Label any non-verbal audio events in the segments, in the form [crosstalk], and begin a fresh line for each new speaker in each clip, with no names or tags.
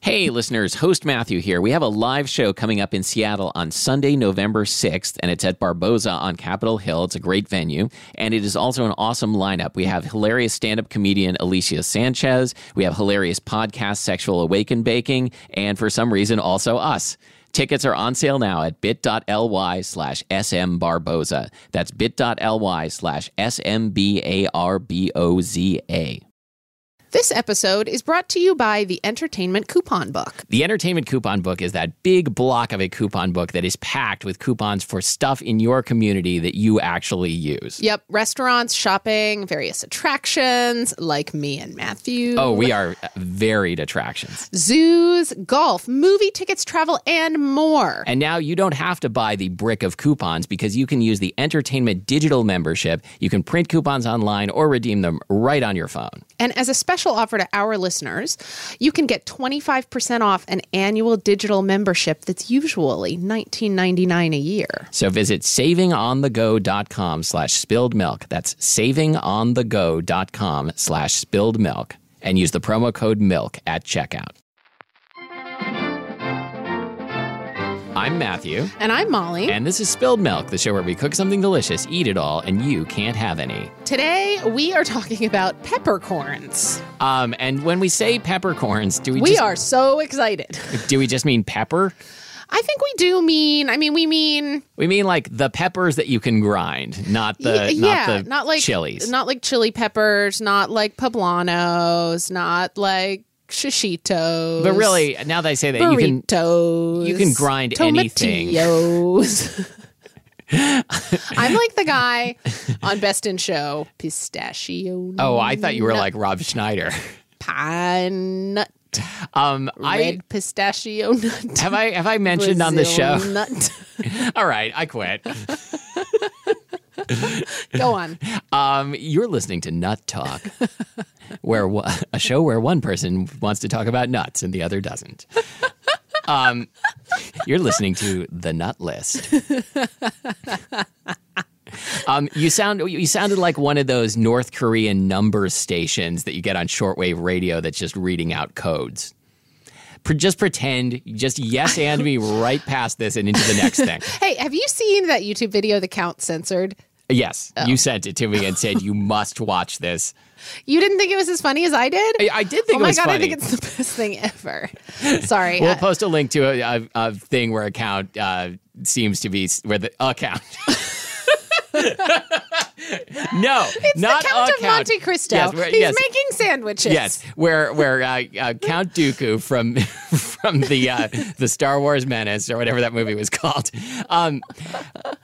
Hey, listeners, host Matthew here. We have a live show coming up in Seattle on Sunday, November 6th, and it's at Barboza on Capitol Hill. It's a great venue, and it is also an awesome lineup. We have hilarious stand up comedian Alicia Sanchez, we have hilarious podcast Sexual Awaken Baking, and for some reason, also us. Tickets are on sale now at bit.ly slash smbarboza. That's bit.ly slash smbarboza.
This episode is brought to you by the Entertainment Coupon Book.
The entertainment coupon book is that big block of a coupon book that is packed with coupons for stuff in your community that you actually use.
Yep, restaurants, shopping, various attractions like me and Matthew.
Oh, we are varied attractions.
zoos, golf, movie tickets, travel, and more.
And now you don't have to buy the brick of coupons because you can use the entertainment digital membership. You can print coupons online or redeem them right on your phone.
And as a special offer to our listeners, you can get 25% off an annual digital membership that's usually $19.99 a year.
So visit savingonthego.com slash spilled milk. That's savingonthego.com slash spilled milk and use the promo code milk at checkout. I'm Matthew,
And I'm Molly.
and this is Spilled Milk, the show where we cook something delicious, eat it all, and you can't have any.
Today we are talking about peppercorns.
Um, and when we say peppercorns, do we,
We
just,
are so excited. [laughs]
do we just mean pepper?
I think we do mean, I mean, we mean
We mean like the peppers that you can grind, not the
Y-
not
yeah,
the
not like
chilies.
not like chili peppers, not like poblanos, not like shishitos,
but really, now that I say that, you can
burritos.
you can grind anything.
Tomatillos.
[laughs]
[laughs] I'm like the guy on Best in Show, pistachio,
Oh, I thought you were like Rob Schneider.
pine nut,
Um, I
red pistachio nut,
have I have I mentioned on the
Brazil
show.
Nut.
[laughs] All right, I quit.
Go
[laughs]
on.
Um, you're listening to Nut Talk, [laughs] where wa- a show where one person wants to talk about nuts and the other doesn't. Um, you're listening to the Nut List. Um, you sound you sounded like one of those North Korean number stations that you get on shortwave radio that's just reading out codes. Pre- just pretend, just yes and me right past this and into the next thing.
Hey, have you seen that YouTube video the count censored?
Yes, you sent it to me and said you must watch this.
You didn't think it was as funny as I did?
I, I did think
oh
it
my
was
god,
funny.
I think it's the best thing ever. Sorry.
we'll
uh,
post a link to a, a, a thing where account uh, seems to be s- where the
[laughs]
account. [laughs] no, not
the Count
account.
of Monte Cristo.
Yes, where-
He's
yes,
making sandwiches.
yes, where where uh, uh, Count Dooku from [laughs] from the uh, the Star Wars Menace or whatever that movie was called, um,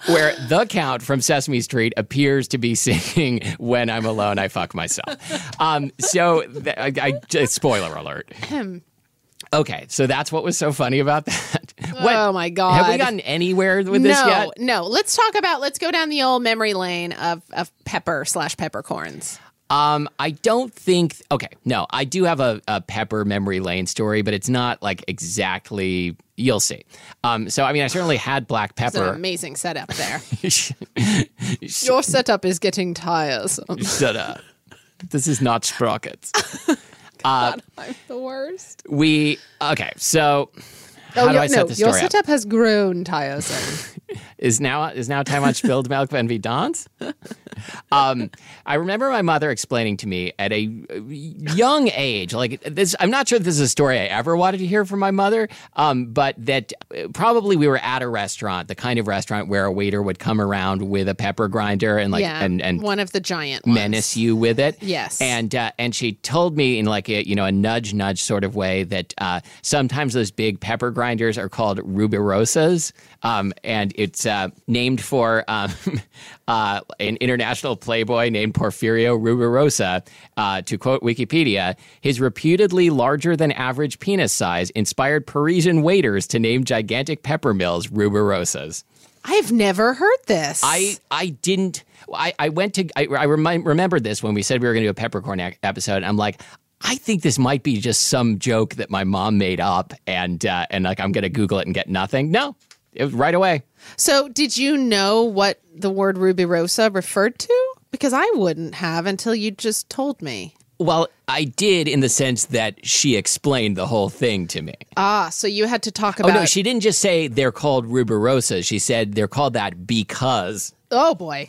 where the Count from Sesame Street appears to be [laughs] singing "When I'm Alone, I Fuck Myself." Um, so, th- I, I, just- spoiler alert. Okay, so that's what was so funny about that. [laughs] What-
Oh, my God.
Have we gotten anywhere with
No,
this yet?
no. Let's talk about. Let's go down the old memory lane of of pepper slash peppercorns.
Um, I don't think. Okay, no, I do have a, a Pepper memory lane story, but it's not like exactly. You'll see. Um, so I mean, I certainly had black
It's an
pepper.
amazing setup
[laughs]
there.
Shut
Your setup is getting Oh tiresome.
up! This is not sprockets. Uh,
God, I'm the worst.
We okay. So
Oh,
how do I set the
your
story up?
setup has grown tiresome.
is now is now time on spilled milk and Vidans. Um, I remember my mother explaining to me at a uh, young age, like this. I'm not sure this is a story I ever wanted to hear from my mother, um, but that uh, probably we were at a restaurant, the kind of restaurant where a waiter would come around with a pepper grinder and like
yeah,
and and
one of the giant ones.
menace you with it.
Yes.
And uh, and she told me in like a you know a nudge nudge sort of way that uh, sometimes those big pepper grinders are called ruberosas, um, and it's uh, named for um, [laughs] uh, an international playboy named Porfirio Ruberosa. Uh, to quote Wikipedia, his reputedly larger than average penis size inspired Parisian waiters to name gigantic pepper mills ruberosas.
I've never heard this.
I I didn't. I, I went to. I, I remi- remembered this when we said we were going to do a peppercorn ac- episode. And I'm like, I think this might be just some joke that my mom made up, and uh, and like I'm going to Google it and get nothing. No, it was right away.
So, did you know what the word ruby rosa referred to? Because I wouldn't have until you just told me.
Well, I did in the sense that she explained the whole thing to me.
Ah, so you had to talk
oh
about.
no, she didn't just say they're called ruberosas. She said they're called that because. [laughs]
oh boy.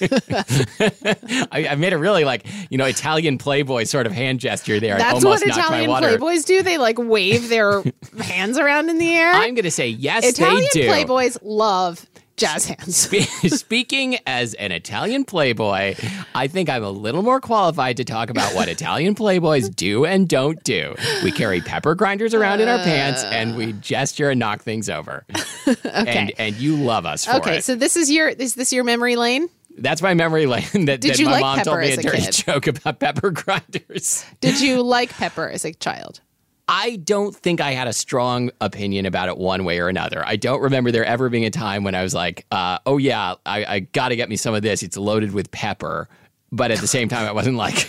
I, I made a really like you know Italian playboy sort of hand gesture there.
[laughs]
I
That's what
almost knocked
Italian
my water.
playboys do. They like wave
[laughs]
their hands around in the air.
I'm going to say yes.
Italian
they do.
playboys love jazz hands.
Spe- [laughs] Speaking as an Italian playboy, I think I'm a little more qualified to talk about what Italian playboys do and don't do. We carry pepper grinders around in our pants and
Uh.
we gesture and knock things over.
[laughs]
And and you love us for
[laughs] Okay,
it.
so this is your is this your memory lane?
That's my memory lane [laughs] that, that
you
my
like
mom told
pepper
me a
as a
dirty
kid?
[laughs] joke about pepper grinders.
Did
[laughs]
you like pepper as a child?
I don't think I had a strong opinion about it one way or another. I don't remember there ever being a time when I was like, uh, oh, yeah, I, I got to get me some of this. It's loaded with pepper. But at the same time, I wasn't like,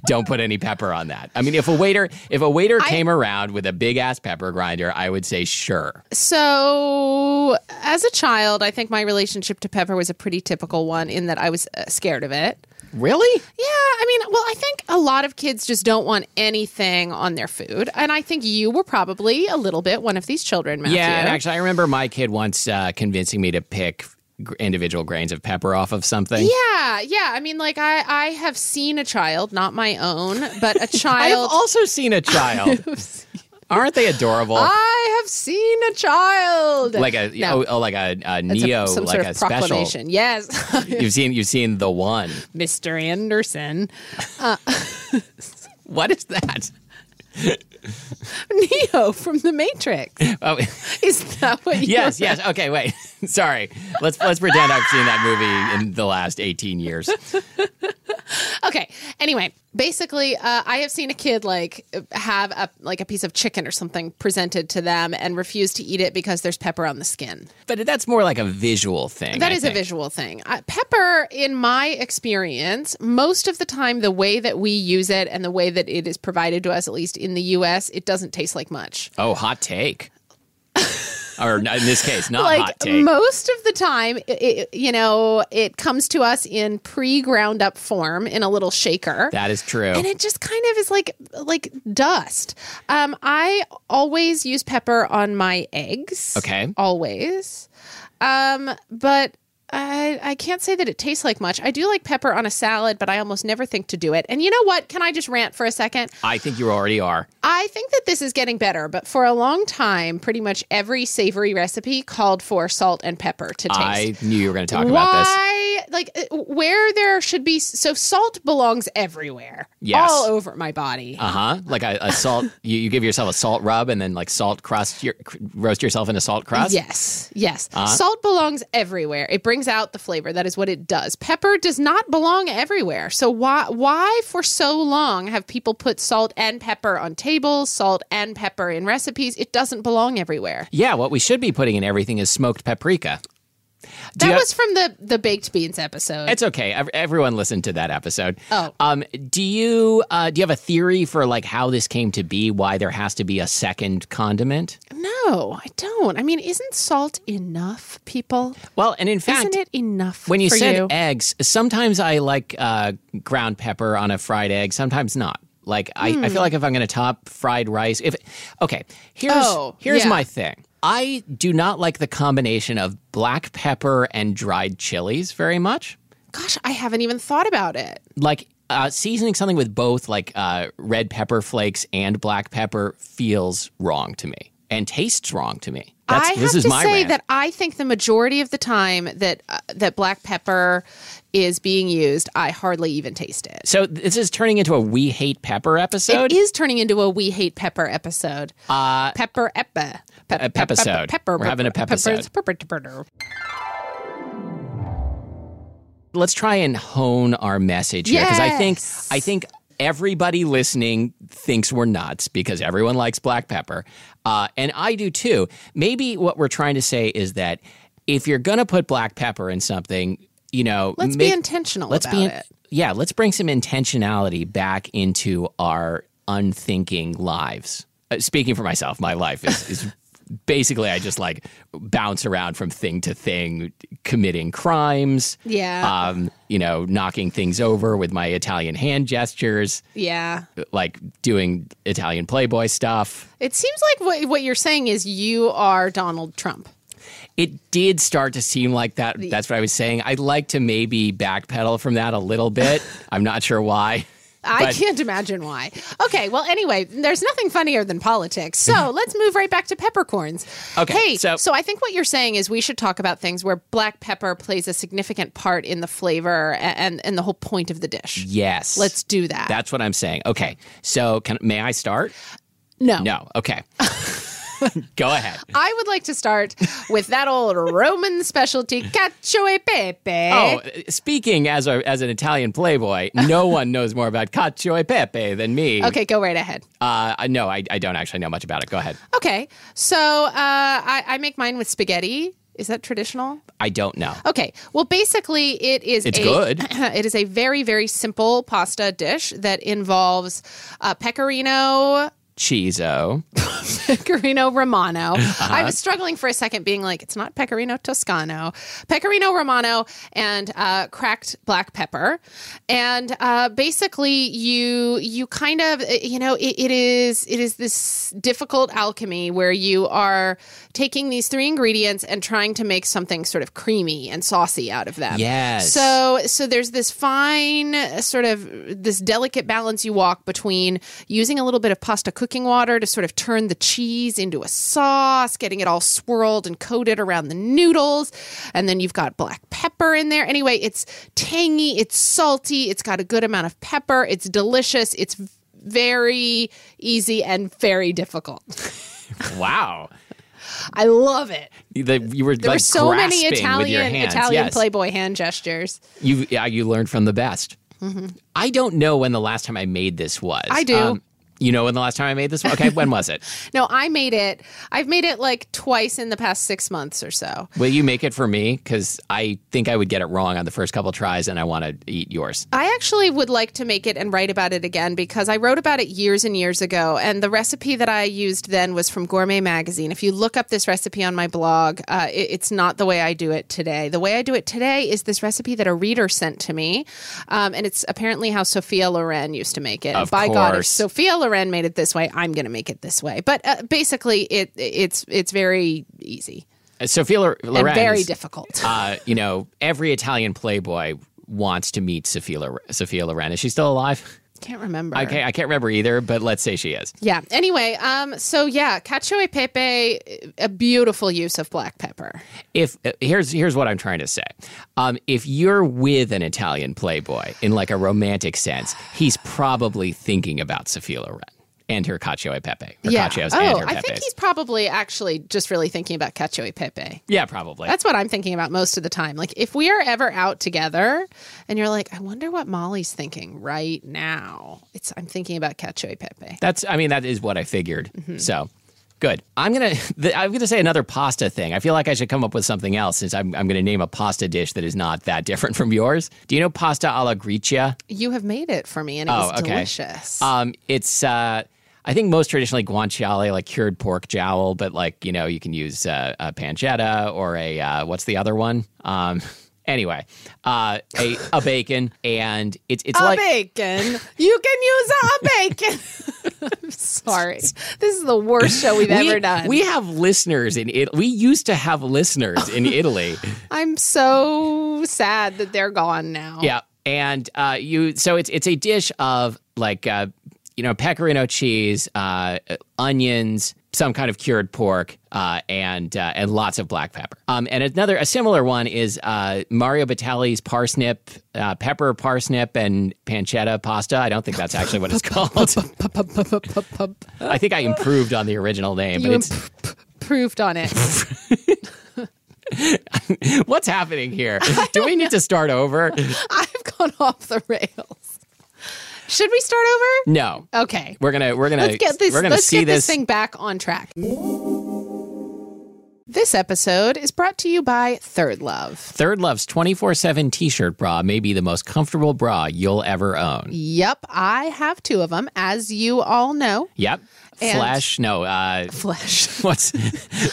[laughs] don't put any pepper on that. I mean, if a waiter if a waiter came around with a big ass pepper grinder, I would say sure.
So, as a child, I think my relationship to pepper was a pretty typical one in that I was uh, scared of it.
Really?
Yeah, I mean, well, I think a lot of kids just don't want anything on their food, and I think you were probably a little bit one of these children, Matthew.
Yeah, and actually, I remember my kid once uh, convincing me to pick gr- individual grains of pepper off of something.
yeah, yeah. I mean, like I, I have seen a child, not my own, but a
[laughs] I have
child.
also seen a child. Aren't they adorable?
I have seen a child,
like a
No,
oh, oh, like a, a
it's a-
neo
some
like
sort
a
of
special
proclamation. [laughs] Yes,
you've seen you've seen the one
Mr. Anderson.
what is that
Neo from The Matrix.
oh [laughs]
Is that what you
yes yes okay wait [laughs] sorry let's let's pretend i've seen that movie in the last 18 years
Okay. Anyway, basically, uh, I have seen a kid like have a like a piece of chicken or something presented to them and refuse to eat it because there's pepper on the skin.
but that's more like a visual thing
That
I
is a
think.
visual thing. Uh, pepper, in my experience, most of the time, the way that we use it and the way that it is provided to us, at least in the U.S., it doesn't taste like much.
oh hot take or in this case not
like
hot take
most of the time i i you know it comes to us in pre-ground up form in a little shaker
that is true
and it just kind of is like like dust um i always use pepper on my eggs
Okay.
always um but I, I can't say that it tastes like much. I do like pepper on a salad, but I almost never think to do it. And you know what? Can I just rant for a second?
i think you already are
I think that this is getting better, but for a long time, pretty much every savory recipe called for salt and pepper to taste.
i knew you were going to talk about this
Why, like, uh, where there should be so salt belongs everywhere,
Yes.
all over my body.
uh-huh like a, a salt you, you give yourself a salt rub and then like salt crust your, roast yourself in a salt crust
Yes, yes.
Uh-huh.
Salt belongs everywhere. It brings out the flavor. That is what it does. Pepper does not belong everywhere. So why why for so long have people put salt and pepper on tables, salt and pepper in recipes? It doesn't belong everywhere.
Yeah, what we should be putting in everything is smoked paprika. Do
That
you-
was from the the baked beans episode.
It's okay. Ev- Everyone listened to that episode.
Oh.
um, do you uh, do you have a theory for like how this came to be? Why there has to be a second condiment?
no, I don't. I mean, isn't salt enough, people?
Well, and in fact,
Isn't it enough
when you
for
said eh
you?
eggs, sometimes I like uh, ground pepper on a fried egg. Sometimes not. Like I,
Hmm.
I feel like if I'm going to top fried rice, if okay, here's
Oh,
here's
yeah.
my thing. I do not like the combination of black pepper and dried chilies very much.
Gosh, I haven't even thought about it.
Like uh, seasoning something with both like uh, red pepper flakes and black pepper feels wrong to me and tastes wrong to me. That's,
I have
this is
to
my
say
rant.
that I think the majority of the time that uh, that black pepper is being used, I hardly even taste it.
so this is turning into a we hate pepper episode.
It is turning into a we hate pepper episode. Uh, pepper epa. Pe-
a pepisode.
Pepper.
We're having a pepisode.
Pepper. Pepper.
let's try and hone our message here because I think
Yes.
I think everybody listening thinks we're nuts because everyone likes black pepper, uh, and I do too. Maybe what we're trying to say is that if you're gonna put black pepper in something, you know,
Let's be
make-
intentional
Let's
about
be in-
it.
yeah. Let's bring some intentionality back into our unthinking lives. Uh, speaking for myself, my life is. is [laughs] Basically, I just like bounce around from thing to thing, committing crimes,
Yeah.
um, you know, knocking things over with my Italian hand gestures,
yeah.
like doing Italian Playboy stuff.
It seems like what, what you're saying is you are Donald Trump.
It did start to seem like that. That's what I was saying. I'd like to maybe backpedal from that a
[laughs]
little bit. I'm not sure why.
I
But-
can't imagine why. Okay, well, anyway, there's nothing funnier than politics.
[laughs]
So let's move right back to peppercorns.
Okay,
Hey,
so-
so, I think what you're saying is we should talk about things where black pepper plays a significant part in the flavor a- and, and the whole point of the dish.
Yes.
Let's do that.
That's what I'm saying. Okay. So, can, may I start?
no.
No.
[laughs]
Okay. Go ahead.
I would like to
[laughs]
start with that old Roman specialty, cacio e pepe.
Oh, speaking as a, as an Italian playboy,
[laughs]
no one knows more about cacio e pepe than me.
Okay, go right ahead.
Uh, no, I, I don't actually know much about it. Go ahead.
Okay, so uh, I, I make mine with spaghetti. Is that traditional?
I don't know.
Okay. Well, basically, it is.
It's
a,
good.
[clears throat] It is a very, very simple pasta dish that involves uh, pecorino,
Chizo.
pecorino romano. I was struggling for a second, being like, it's not pecorino toscano, pecorino romano, and uh, cracked black pepper. And uh, basically, you you kind of you know it, it is it is this difficult alchemy where you are taking these three ingredients and trying to make something sort of creamy and saucy out of them.
Yes.
So so so there's this fine uh, sort of this delicate balance you walk between using a little bit of pasta cooking water to sort of turn the cheese into a sauce, getting it all swirled and coated around the noodles, and then you've got black pepper in there. Anyway, it's tangy, it's salty, it's got a good amount of pepper, it's delicious, it's very easy and very difficult.
Wow.
I love it.
The, you were
There
like
were so many
grasping with your
Italian
hands.
Italian
yes.
Playboy hand gestures.
You yeah, you learned from the best. I don't know when the last time I made this was.
Mm-hmm.
Um,
I do.
you know when the last time I made this was? Okay, when
[laughs]
was it?
No, I made it. I've made it like twice in the past six months or so.
Will you make it for me? Because I think I would get it wrong on the first couple tries, and I want to eat yours.
I actually would like to make it and write about it again because I wrote about it years and years ago. And the recipe that I used then was from Gourmet Magazine. If you look up this recipe on my blog, uh, it- it's not the way I do it today. The way I do it today is this recipe that a reader sent to me. Um, and it's apparently how Sophia Loren used to make it.
Of
By God, if
course.
Sophia Loren made it this way, I'm going to make it this way. But uh, basically, it it's it's very easy
Uh, Sophia Lor-
and
Loren.
very
is,
difficult.
Uh, you know, every Italian Playboy wants to meet Sophia Lor- Sophia Loren. Is she still alive?
Can't remember.
I can't, I can't remember either, but let's say she is.
Yeah. Anyway, um, so yeah, cacio e pepe, a beautiful use of black pepper.
if uh, here's here's what I'm trying to say. Um, if you're with an Italian playboy in like a romantic sense, he's probably thinking about Sophia Loren and her cacio e pepe. Or
yeah.
cacios and
Oh,
her
I think
pepes.
he's probably actually just really thinking about cacio e pepe.
Yeah, probably.
That's what I'm thinking about most of the time. Like if we are ever out together, and you're like, I wonder what Molly's thinking right now. It's I'm thinking about cacio e pepe.
That's I mean that is what I figured. So Good. I'm gonna. [laughs] Th- I'm gonna say another pasta thing. I feel like I should come up with something else since I'm. I'm gonna name a pasta dish that is not that [laughs] different from yours. Do you know pasta alla gricia?
You have made it for me, and it was
Oh, okay.
delicious.
Um, it's. Uh, I think most traditionally guanciale, like cured pork jowl, but like you know you can use uh, a pancetta or a uh, what's the other one? Um, [laughs] anyway, uh, a, a bacon, and it's
[laughs]
it's
a
like
Ah, bacon. You can use
[laughs]
a bacon. [laughs] I'm sorry. This is the worst show we've
we,
ever done.
we have listeners in it. We used to have listeners in Italy.
I'm so sad that they're gone now.
Yeah, and uh, you so it's it's a dish of like uh, you know pecorino cheese, uh, onions, some kind of cured pork, uh, and uh, and lots of black pepper. Um, and another a similar one is uh, Mario Batali's parsnip, uh, pepper parsnip, and pancetta pasta. I don't think that's actually
[laughs]
what it's called. [laughs] I think I improved on the original name, but
You
it's
imp- proved on
[laughs]
it.
what's
[laughs]
happening here? Do we need to start over?
I've gone off the rails. Should we start over?
No.
Okay.
We're gonna we're gonna
Let's get this.
we're gonna
Let's
see
get this
this
thing back on track. This episode is brought to you by Third Love.
Third Love's 24 7 t shirt bra may be the most comfortable bra you'll ever own.
Yep, I have two of them, as you all know. [laughs]
Yep.
And-
Flash, no, uh, [laughs]
Flesh.
what's,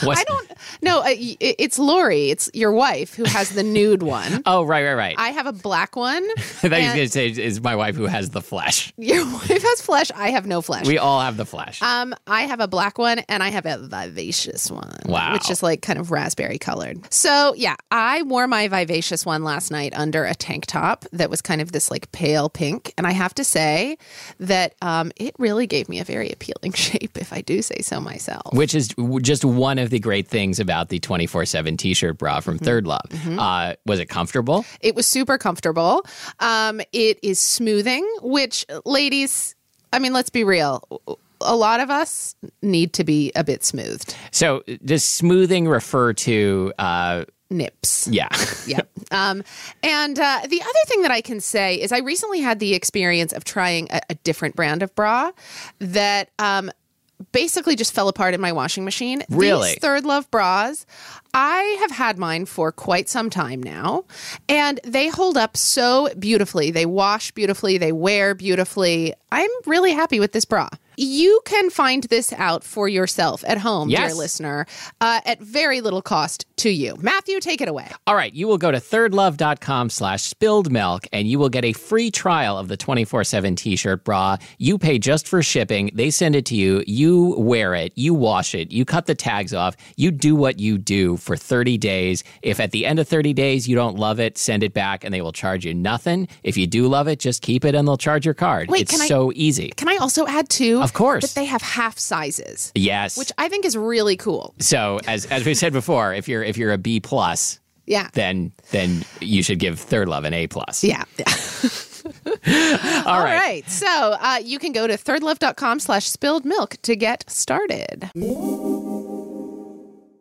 what's,
I don't. No, uh, y- it- it's Lori. It's your wife who has the nude
[laughs]
one.
oh, right, right, right. I,
I have a black one.
thought you were
and-
going to say is my wife who has the flash.
Your [laughs] wife has flesh. I have no flesh.
We all have the flash.
um, I have a black one and I have a vivacious one.
Wow.
Which is like kind of raspberry colored. So, yeah, I wore my vivacious one last night under a tank top that was kind of this like pale pink. And I have to say that um, it really gave me a very appealing [laughs] shape, if I do say so myself.
which is w- just one of the great things about the 24 7 t shirt bra
Mm-hmm.
from Third Love. Uh, was it comfortable?
It was super comfortable. Um, it is smoothing, which, ladies, I mean, let's be real. A lot of us need to be a bit smoothed.
So, does smoothing refer to, uh,
Nips.
yeah. [laughs]
Yeah. Um, and uh, the other thing that I can say is I recently had the experience of trying a, a different brand of bra that um, basically just fell apart in my washing machine.
Really?
These Third Love bras, I have had mine for quite some time now, and they hold up so beautifully. They wash beautifully, they wear beautifully. I'm really happy with this bra. You can find this out for yourself at home,
Yes.
dear listener, uh, at very little cost to you. Matthew, take it away.
All right, you will go to thirdlove.com slash spilled milk and you will get a free trial of the 24 7 t shirt bra. You pay just for shipping. They send it to you. You wear it. You wash it. You cut the tags off. You do what you do for 30 days. If at the end of 30 days you don't love it, send it back and they will charge you nothing. If you do love it, just keep it and they'll charge your card.
Wait,
it's
can I-
so easy.
Can I also add too?
Of course.
that they have half sizes,
Yes.
which I think is really cool.
so as as we said before, if you're if you're a B plus,
Yeah,
then then you should give Third Love an A plus.
yeah. [laughs]
All
All
right.
right. So uh, you can go to thirdlove.com slash spilled milk to get started.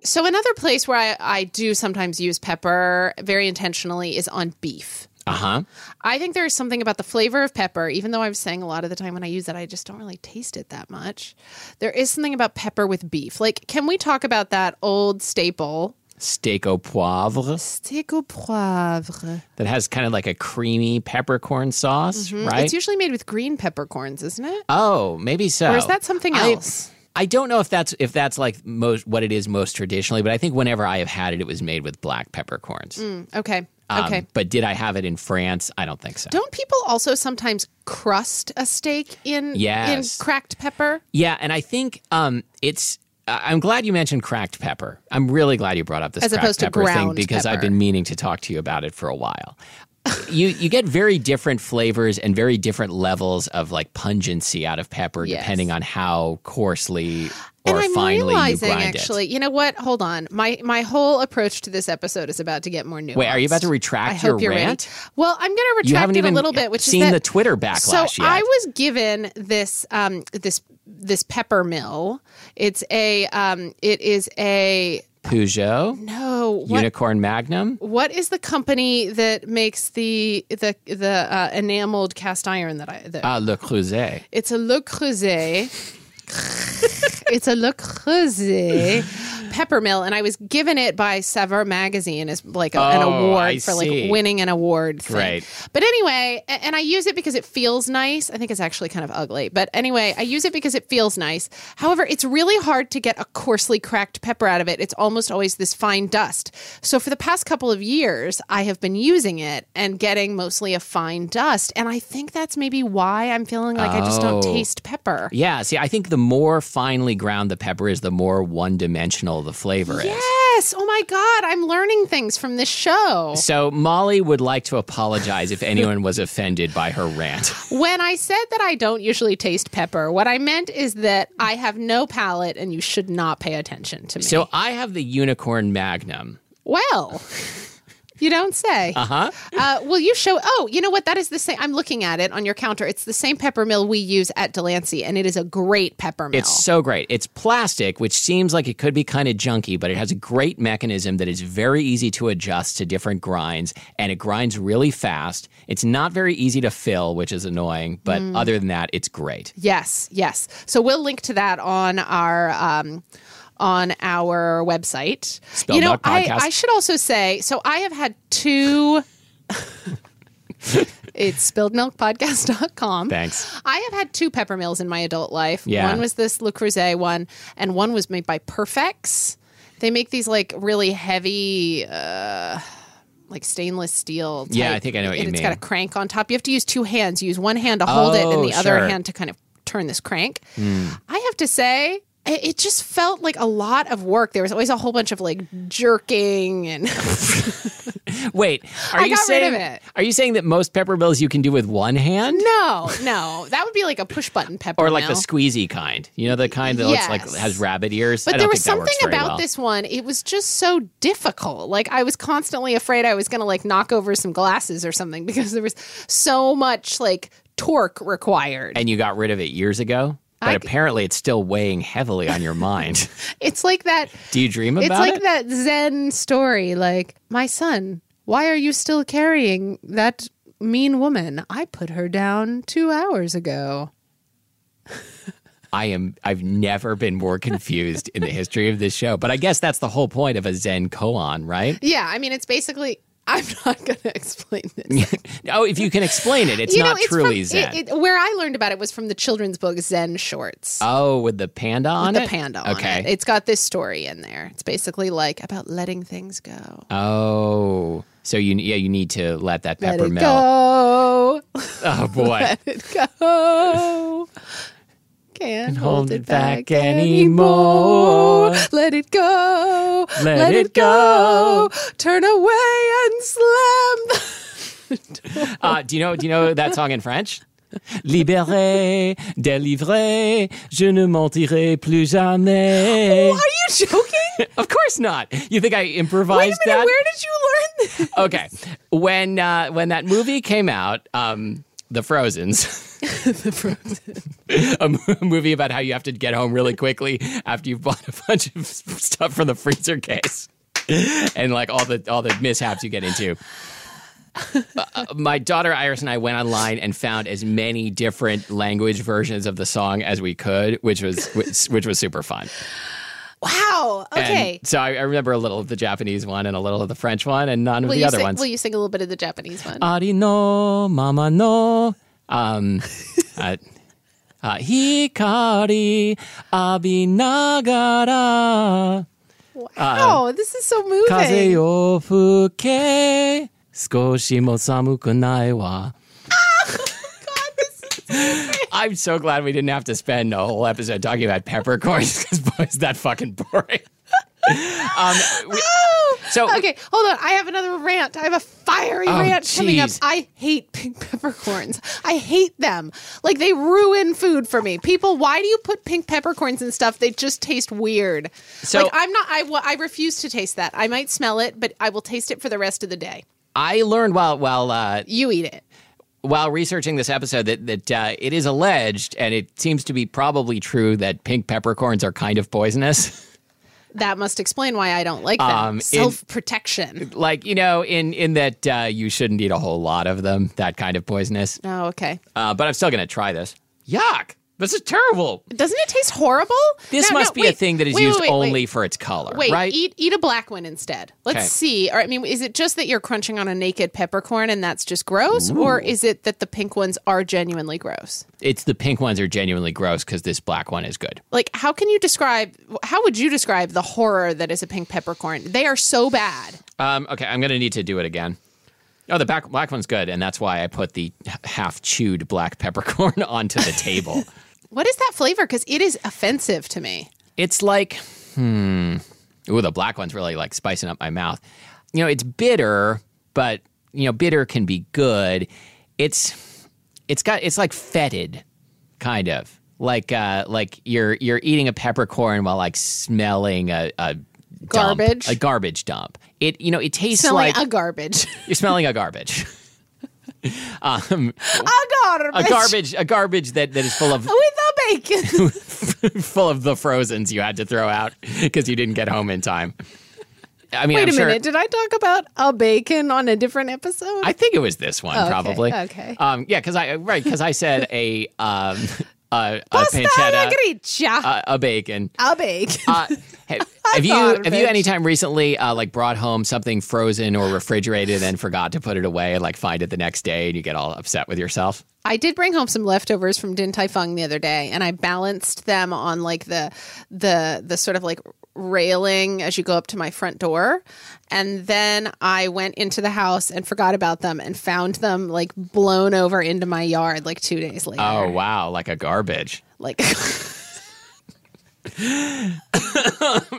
So another place where I, I do sometimes use pepper very intentionally is on beef.
Uh huh.
I think there is something about the flavor of pepper, even though I'm saying a lot of the time when I use it, I just don't really taste it that much. There is something about pepper with beef. Like, can we talk about that old staple?
steak au poivre
Steak au poivre.
that has kind of like a creamy peppercorn sauce, right?
Mm-hmm. It's usually made with green peppercorns, isn't it?
oh, maybe so.
Or is that something
I-
else?
I don't know if that's if that's like most what it is most traditionally, but I think whenever I have had it, it was made with black peppercorns.
okay.
Um,
Mm, Okay.
But did I have it in France? I don't think so.
Don't people also sometimes crust a steak in
Yes.
in cracked pepper?
yeah, and I think um, it's. I- I'm glad you mentioned cracked pepper. I'm really glad you brought up this
As
cracked
opposed to
pepper thing
ground
because I've
pepper.
been meaning to talk to you about it for a while. you you get very different flavors and very different levels of like pungency out of pepper
Yes.
depending on how coarsely or
and I'm
finely you
realizing
grind
actually, you know what? Hold on. My my whole approach to this episode is about to get more nuanced.
it. Wait, are you about to
I
retract your
hope you're
rant?
ready. Well, I'm going to retract
You haven't
it
even
a little bit, which
seen
is that
the Twitter backlash
so
yet.
I was given this um, this this pepper mill. It's a um, it is a
Peugeot,
no what
Unicorn Magnum.
what is the company that makes the the the uh,
uh,
enameled cast iron that I that
Ah, Le Creuset.
it's a Le Creuset. [laughs] it's a Le Creuset peppermill, and I was given it by Sever Magazine as like a, an
Oh,
award
I
for
see.
like winning an award. Thing.
Right.
But anyway, a- and I use it because it feels nice. I think it's actually kind of ugly, but anyway, I use it because it feels nice. However, it's really hard to get a coarsely cracked pepper out of it. It's almost always this fine dust. So for the past couple of years, I have been using it and getting mostly a fine dust, and I think that's maybe why I'm feeling like I just don't
Oh.
taste pepper.
Yeah, see, I think the more finely ground the pepper is, the more one dimensional the flavor is.
Yes. Oh my God. I'm learning things from this show.
So, Molly would like to apologize if anyone was offended by
[laughs]
her rant.
When I said that I don't usually taste pepper, what I meant is that I have no palate and you should not pay attention to me.
So, I have the unicorn magnum.
well, you don't
[laughs]
say. Uh-huh. will you show? Oh, you know what? That is the same. I'm looking at it on your counter. It's the same pepper mill we use at Delancey, and it is a great pepper mill.
It's so great. It's plastic, which seems like it could be kind of junky, but it has a great mechanism that is very easy to adjust to different grinds, and it grinds really fast. It's not very easy to fill, which is annoying, but
Mm.
other than that, it's great.
Yes, yes. So we'll link to that on our um, on our website.
Spell
you know,
Dog
I,
Podcast.
I should also say. So I have had two. it's spilledmilkpodcast.com. [laughs]
Thanks.
I have had two pepper mills in my adult life.
Yeah.
One was this Le Creuset one, and one was made by Perfex. They make these like really heavy, uh, like stainless steel. Type,
Yeah, I think I know what
and
you
It's
mean.
got a crank on top. You have to use two hands. You use one hand to hold it,
Oh,
and the other
sure. Hmm.
hand to kind of turn this crank. I have to say, it, it just felt like a lot of work. There was always a whole bunch of like jerking and [laughs]
Wait, are
I
you
got rid
saying
of it.
are you saying that most pepper bills you can do with one hand?
no, no, that would be like a push button pepper
Or like the
mill.
squeezy kind, you know, the kind that looks
Yes.
like has rabbit ears. I
But
don't
there was
think that
something
works very
about
well.
this one. It was just so difficult. Like I was constantly afraid I was going to like knock over some glasses or something [laughs] because there was so much like torque required.
and you got rid of it years ago. But
I-
apparently, it's still weighing heavily on
[laughs]
your mind.
it's like that.
Do you dream about
It's like
it?
that Zen story. Like my son, why are you still carrying that mean woman? I put her down two hours ago.
I am. I've never been more confused in the history of this show. But I guess that's the whole point of a Zen koan, right? [laughs]
Yeah, I mean, it's basically. [laughs] I'm not going to explain
[laughs]
this.
oh, if you can explain it, it's
You know,
not truly
from,
Zen.
It, it, where I learned about it was from the children's book Zen Shorts.
oh, with the panda on
the
it.
panda
Okay.
on it. It's got this story in there. It's basically like about letting things go.
Oh, so you yeah you need to let that
Let
pepper
it
mill.
go.
Oh
[laughs]
boy.
Let it go. Can't hold,
hold
it
it back
back, anymore. Let it go.
Let it
Turn away and slam.
Uh, do you know? Do you know that song in French? Libéré, délivré, je ne mentirai plus jamais.
Are you
[laughs]
joking?
Of course not. You think I
Wait a
improvised
minute.
that?
Where did you learn this?
okay, when uh, when that movie came out, um,
[laughs]
The Frozen's. [laughs] a mo- movie about how you have to get home really quickly after you've bought a bunch of stuff from the freezer case and like all the all the mishaps you get into. Uh, my daughter Iris and I went online and found as many different language versions of the song as we could, which was which, which was super fun.
Wow.
And
Okay.
so I, I remember a little of the Japanese one and a little of the French one, and none of
will,
the
you
other
sing,
ones. Uh,
will you sing a little bit of the Japanese one?
Ari no, mama no. Um, [laughs] uh, uh, hikari abinagara
wow. Oh, this is so moving.
kaze yo fuke skoshi mo samuku nai wa.
God, this is
I'm so glad we didn't have to spend a whole episode talking about peppercorns [laughs] because boy, is that fucking boring. um, we-
oh.
so
okay, hold on. I have another rant. I have a fiery rant coming up.
Oh, jeez.
I hate pink [laughs] peppercorns. I hate them. Like they ruin food for me. People, why do you put pink peppercorns and stuff? They just taste weird.
So-
like I'm not. I wa- I refuse to taste that. I might smell it, but I will taste it for the rest of the day.
I learned while while uh,
You eat it.
while researching this episode that that uh, it is alleged and it seems to be probably true that pink peppercorns are kind of poisonous.
That must explain why I don't like them.
Um, in-
Self protection.
like you know, in in that uh, you shouldn't eat a whole lot of them. That kind of poisonous.
Oh, okay.
Uh, but I'm still gonna try this. Yuck! This is terrible.
Doesn't it taste horrible?
This
No, no,
must be a
wait,
thing that is
wait, wait,
used
wait,
only
wait.
for its color,
Wait, e-
right?
eat eat a black one instead. Let's
Okay.
see. Or I mean, is it just that you're crunching on a naked peppercorn and that's just gross, or is it that the pink ones are genuinely gross?
it's the pink ones are genuinely gross because this black one is good.
Like, how can you describe? How would you describe the horror that is a pink peppercorn? They are so bad.
Um, okay, I'm gonna need to do it again. Oh, the back, black one's good, and that's why I put the h- half-chewed black peppercorn [laughs] onto the table.
What is that flavor? Because it is offensive to me.
it's like, hmm, ooh, the black one's really like spicing up my mouth. You know, it's bitter, but you know, bitter can be good. It's, it's got, it's like fetid, kind of like, uh, like you're you're eating a peppercorn while like smelling a, a dump,
Garbage.
a garbage dump. It, you know, it tastes
Smelling
like
a garbage.
[laughs]
[laughs]
you're smelling a garbage.
a garbage.
a garbage a garbage that, that is full
[laughs]
of
with
[laughs]
a bacon.
full of the frozens you had to throw out because you didn't get home in time. I mean,
Wait
I'm
a
sure,
minute. Did I talk about a bacon on a different episode?
I think it was this one
Oh, okay,
probably.
okay.
Um, yeah, because I right because I said a um a, a
Pasta alla
pancetta
gricia.
a, a bacon.
a
[laughs]
bacon. [laughs]
Uh, have, have you
garbage.
have you anytime recently uh, like brought home something frozen or refrigerated and forgot to put it away and like find it the next day and you get all upset with yourself?
I did bring home some leftovers from Din Tai Fung the other day, and I balanced them on like the the the sort of like railing as you go up to my front door, and then I went into the house and forgot about them and found them like blown over into my yard like two days later.
Oh wow, like a garbage.
Like [laughs]
I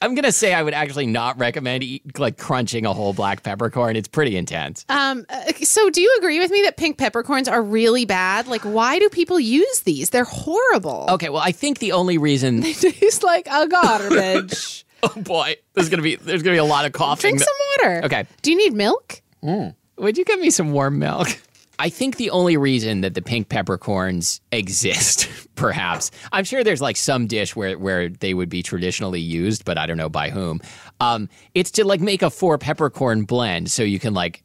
I'm gonna say I would actually not recommend eat, like crunching a whole black peppercorn. It's pretty intense.
Um, uh, so do you agree with me that pink peppercorns are really bad? Like, why do people use these? They're horrible.
Okay, well I think the only
[laughs]
reason
Tastes like a garbage.
[laughs] oh boy there's gonna be there's gonna be a lot of coughing.
Drink some water.
Okay.
Do you need milk?
Would you give me some warm milk? [laughs] I think the only reason that the pink peppercorns exist, [laughs] perhaps, I'm sure there's like some dish where, where they would be traditionally used, but I don't know by whom. Um, it's to like make a four peppercorn blend so you can like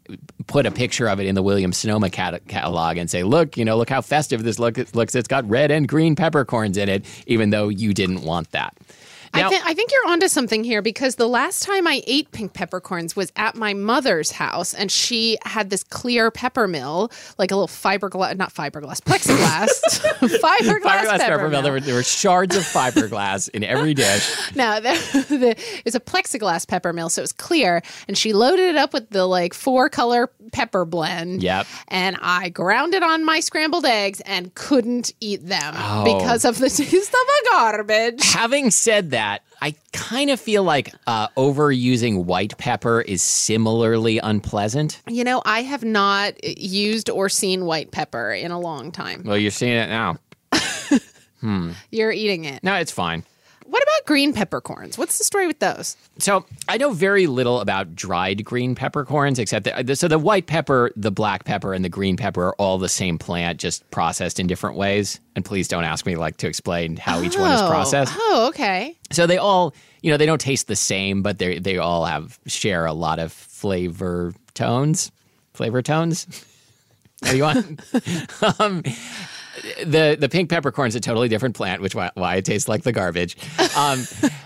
put a picture of it in the Williams Sonoma cat- catalog and say, look, you know, look how festive this look- looks. It's got red and green peppercorns in it, even though you didn't want that.
I, th- I think you're onto something here because the last time I ate pink peppercorns was at my mother's house, and she had this clear pepper mill, like a little fiberglass, not fiberglass,
[laughs]
plexiglass, fiberglass,
Fiberglass
pepper,
pepper mill.
mill.
There were, there were shards of fiberglass in [laughs] every dish.
No, the, [laughs] the, it was a plexiglass pepper mill, so it was clear. And she loaded it up with the like four color pepper blend.
Yep.
And I ground it on my scrambled eggs and couldn't eat them
Oh.
because of the [laughs] taste of a garbage.
having said that, I kind of feel like uh, overusing white pepper is similarly unpleasant.
You know, I have not uh, used or seen white pepper in a long time.
Well, you're seeing it now.
You're eating it.
No, it's fine.
What about green peppercorns? What's the story with those?
So I know very little about dried green peppercorns, except that uh, so the white pepper, the black pepper, and the green pepper are all the same plant, just processed in different ways. And please don't ask me like to explain how each one is
Oh.
processed.
Oh, okay.
So they all, you know, they don't taste the same, but they they all have share a lot of flavor tones. Flavor tones. [laughs] What do you want? [laughs] um, the the pink peppercorn's a totally different plant, which why, why it tastes like the garbage. Um,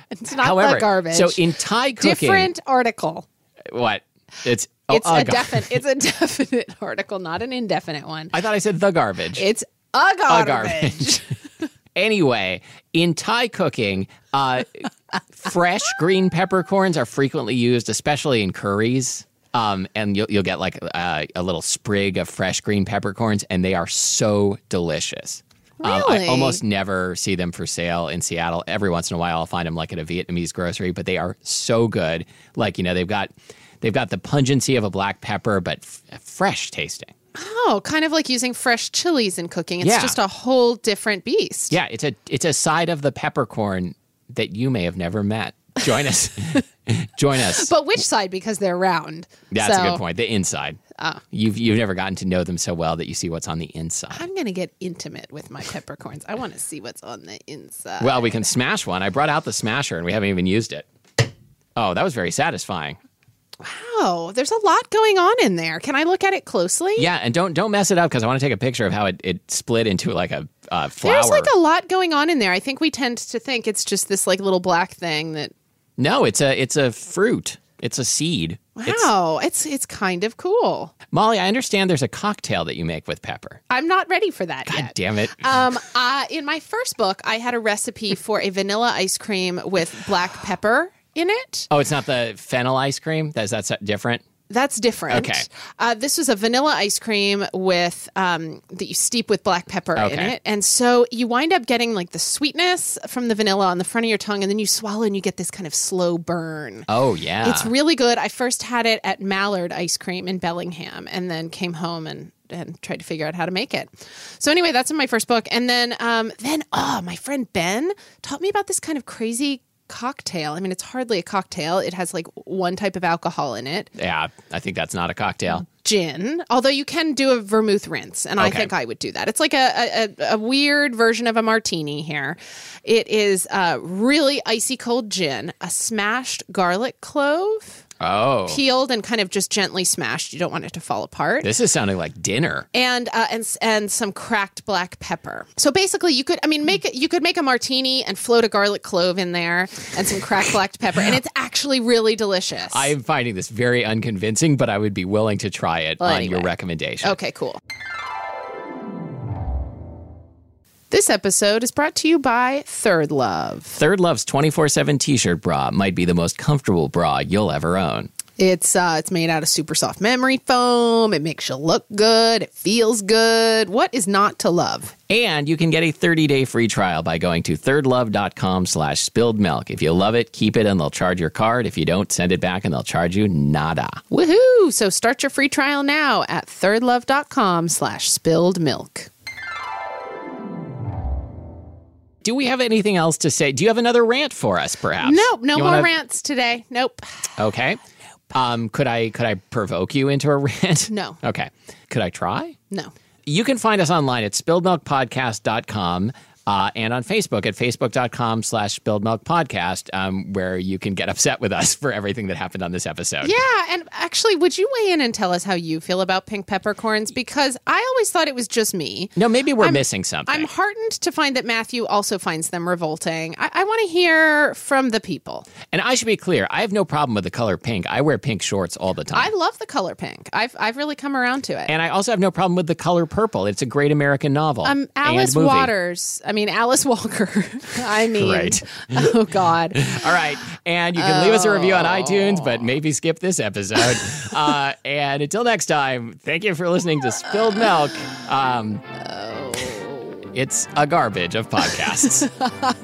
It's not [laughs]
however,
the garbage.
so in Thai cooking,
different article.
what it's oh,
It's a
gar-
definite. It's a [laughs] definite article, not an indefinite one.
I thought I said the garbage.
It's a
A
garbage.
[laughs] anyway, in Thai cooking, uh, fresh green peppercorns are frequently used, especially in curries. Um, and you'll, you'll get like uh, a little sprig of fresh green peppercorns, and they are so delicious. Um, I
Really?
almost never see them for sale in Seattle. Every once in a while, I'll find them like at a Vietnamese grocery, but they are so good. Like you know, they've got they've got the pungency of a black pepper, but f- fresh tasting.
Oh, kind of like using fresh chilies in cooking. It's
Yeah.
just a whole different beast.
Yeah, it's a it's a side of the peppercorn that you may have never met.
[laughs]
Join us. Join us.
But which side? Because they're round.
That's
So, Oh.
a good point. The inside. You've you've never gotten to know them so well that you see what's on the inside.
I'm going to get intimate with my peppercorns. I want to see what's on the inside.
Well, we can smash one. I brought out the smasher and we haven't even used it. Oh, that was very satisfying.
Wow, there's a lot going on in there. Can I look at it closely?
Yeah, and don't don't mess it up because I want to take a picture of how it, it split into like a uh, flower.
There's like a lot going on in there. I think we tend to think it's just this like little black thing that
no, it's a it's a fruit. It's a seed. It's-
wow, it's it's kind of cool.
Molly, I understand there's a cocktail that you make with pepper.
I'm not ready for that
God
yet.
damn it.
Um, uh, in my first book, I had a recipe for a vanilla ice cream with black pepper in it.
oh, it's not the fennel ice cream? That's that's different?
That's different.
Okay.
Uh, this was a vanilla ice cream with um, that you steep with black pepper in
Okay.
it, and so you wind up getting like the sweetness from the vanilla on the front of your tongue, and then you swallow and you get this kind of slow burn.
Oh yeah.
It's really good. I first had it at Mallard Ice Cream in Bellingham and then came home and and tried to figure out how to make it. So anyway, that's in my first book. And then um then oh, my friend Ben taught me about this kind of crazy cocktail. I mean, it's hardly a cocktail. It has like one type of alcohol in it,
yeah, I think that's not a
Mm.
cocktail.
gin, although you can do a vermouth rinse, and I
Okay.
think I would do that. It's like a, a, a- a weird version of a martini here. It is uh, really icy cold gin, a smashed garlic clove,
Oh.
peeled and kind of just gently smashed. You don't want it to fall apart.
this is sounding like dinner.
and uh, and s- and some cracked black pepper. So basically, you could I mean make it, you could make a martini and float a garlic clove in there and some cracked black pepper, and it's actually really delicious.
I am finding this very unconvincing, but I would be willing to try it on your
anyway.
recommendation.
Okay, cool. This episode is brought to you by Third Love.
Third Love's 24 7 t shirt bra might be the most comfortable bra you'll ever own.
It's uh, it's made out of super soft memory foam. It makes you look good. It feels good. What is not to love?
And you can get a 30-day free trial by going to thirdlove.com slash spilled milk. If you love it, keep it and they'll charge your card. If you don't, send it back and they'll charge you nada.
Woohoo! So start your free trial now at thirdlove.com slash spilled milk.
Do we have anything else to say? Do you have another rant for us, perhaps?
Nope, no
You
more
wanna-
rants today. Nope. [sighs]
Okay. Um, could I could I provoke you into a [laughs] rant?
No.
Okay. Could I try?
No.
You can find us online at spilledmilkpodcast.com uh, and on Facebook at facebook.com slash spilledmilkpodcast, um, where you can get [laughs] upset with us for everything that happened on this episode.
Yeah, and actually, would you weigh in and tell us how you feel about pink peppercorns? Because I always thought it was just me.
No, maybe we're missing something.
I'm heartened to find that Matthew also finds them revolting. I, I want to hear from the people.
And I should be clear, I have no problem with the color pink. I wear pink shorts all the
I
time.
love the color pink. I've I've really come around to it.
and I also have no problem with the color purple. It's a great American novel.
Um, Alice
and movie.
Waters. I mean Alice [laughs] Walker. I mean,
Right.
oh God. [laughs]
All right. And you can leave us a review on iTunes, but maybe skip this episode. uh, and until next time, thank you for listening to Spilled Milk. Um, It's a garbage of podcasts.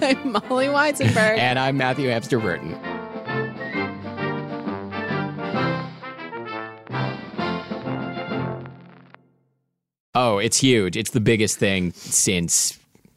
I'm Molly Weisenberg.
and I'm Matthew Amster Burton. Oh, it's huge. It's the biggest thing since